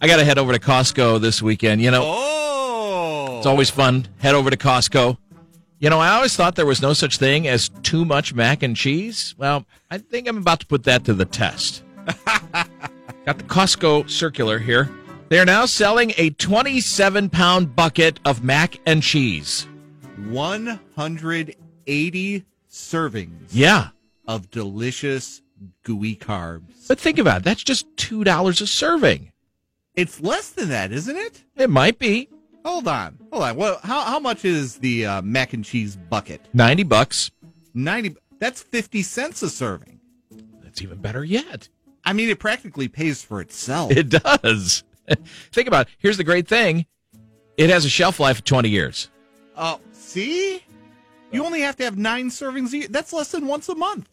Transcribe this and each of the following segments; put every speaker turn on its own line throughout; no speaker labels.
I got to head over to Costco this weekend. You know,
Oh.
it's always fun. Head over to Costco. You know, I always thought there was no such thing as too much mac and cheese. Well, I think I'm about to put that to the test. got the Costco circular here. They are now selling a 27 pound bucket of mac and cheese.
180 servings
Yeah.
of delicious gooey carbs.
But think about it. That's just $2 a serving.
It's less than that, isn't it?
It might be
Hold on. Hold on. Well, how, how much is the uh, mac and cheese bucket?
90 bucks.
90 That's 50 cents a serving.
That's even better yet.
I mean, it practically pays for itself.
It does. Think about it. Here's the great thing it has a shelf life of 20 years.
Oh, see? You only have to have nine servings a year. That's less than once a month.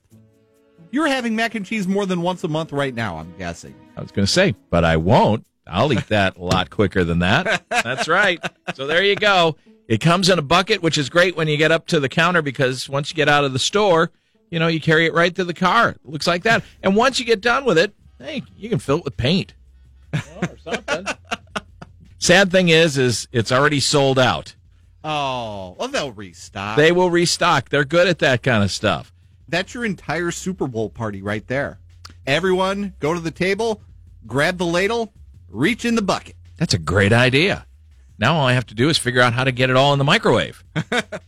You're having mac and cheese more than once a month right now, I'm guessing.
I was going to say, but I won't. I'll eat that a lot quicker than that. That's right. So there you go. It comes in a bucket, which is great when you get up to the counter because once you get out of the store, you know, you carry it right to the car. It looks like that. And once you get done with it, hey, you can fill it with paint. or something. Sad thing is, is it's already sold out.
Oh, well, they'll restock.
They will restock. They're good at that kind of stuff.
That's your entire Super Bowl party right there. Everyone, go to the table, grab the ladle, reach in the bucket.
That's a great idea. Now all I have to do is figure out how to get it all in the microwave.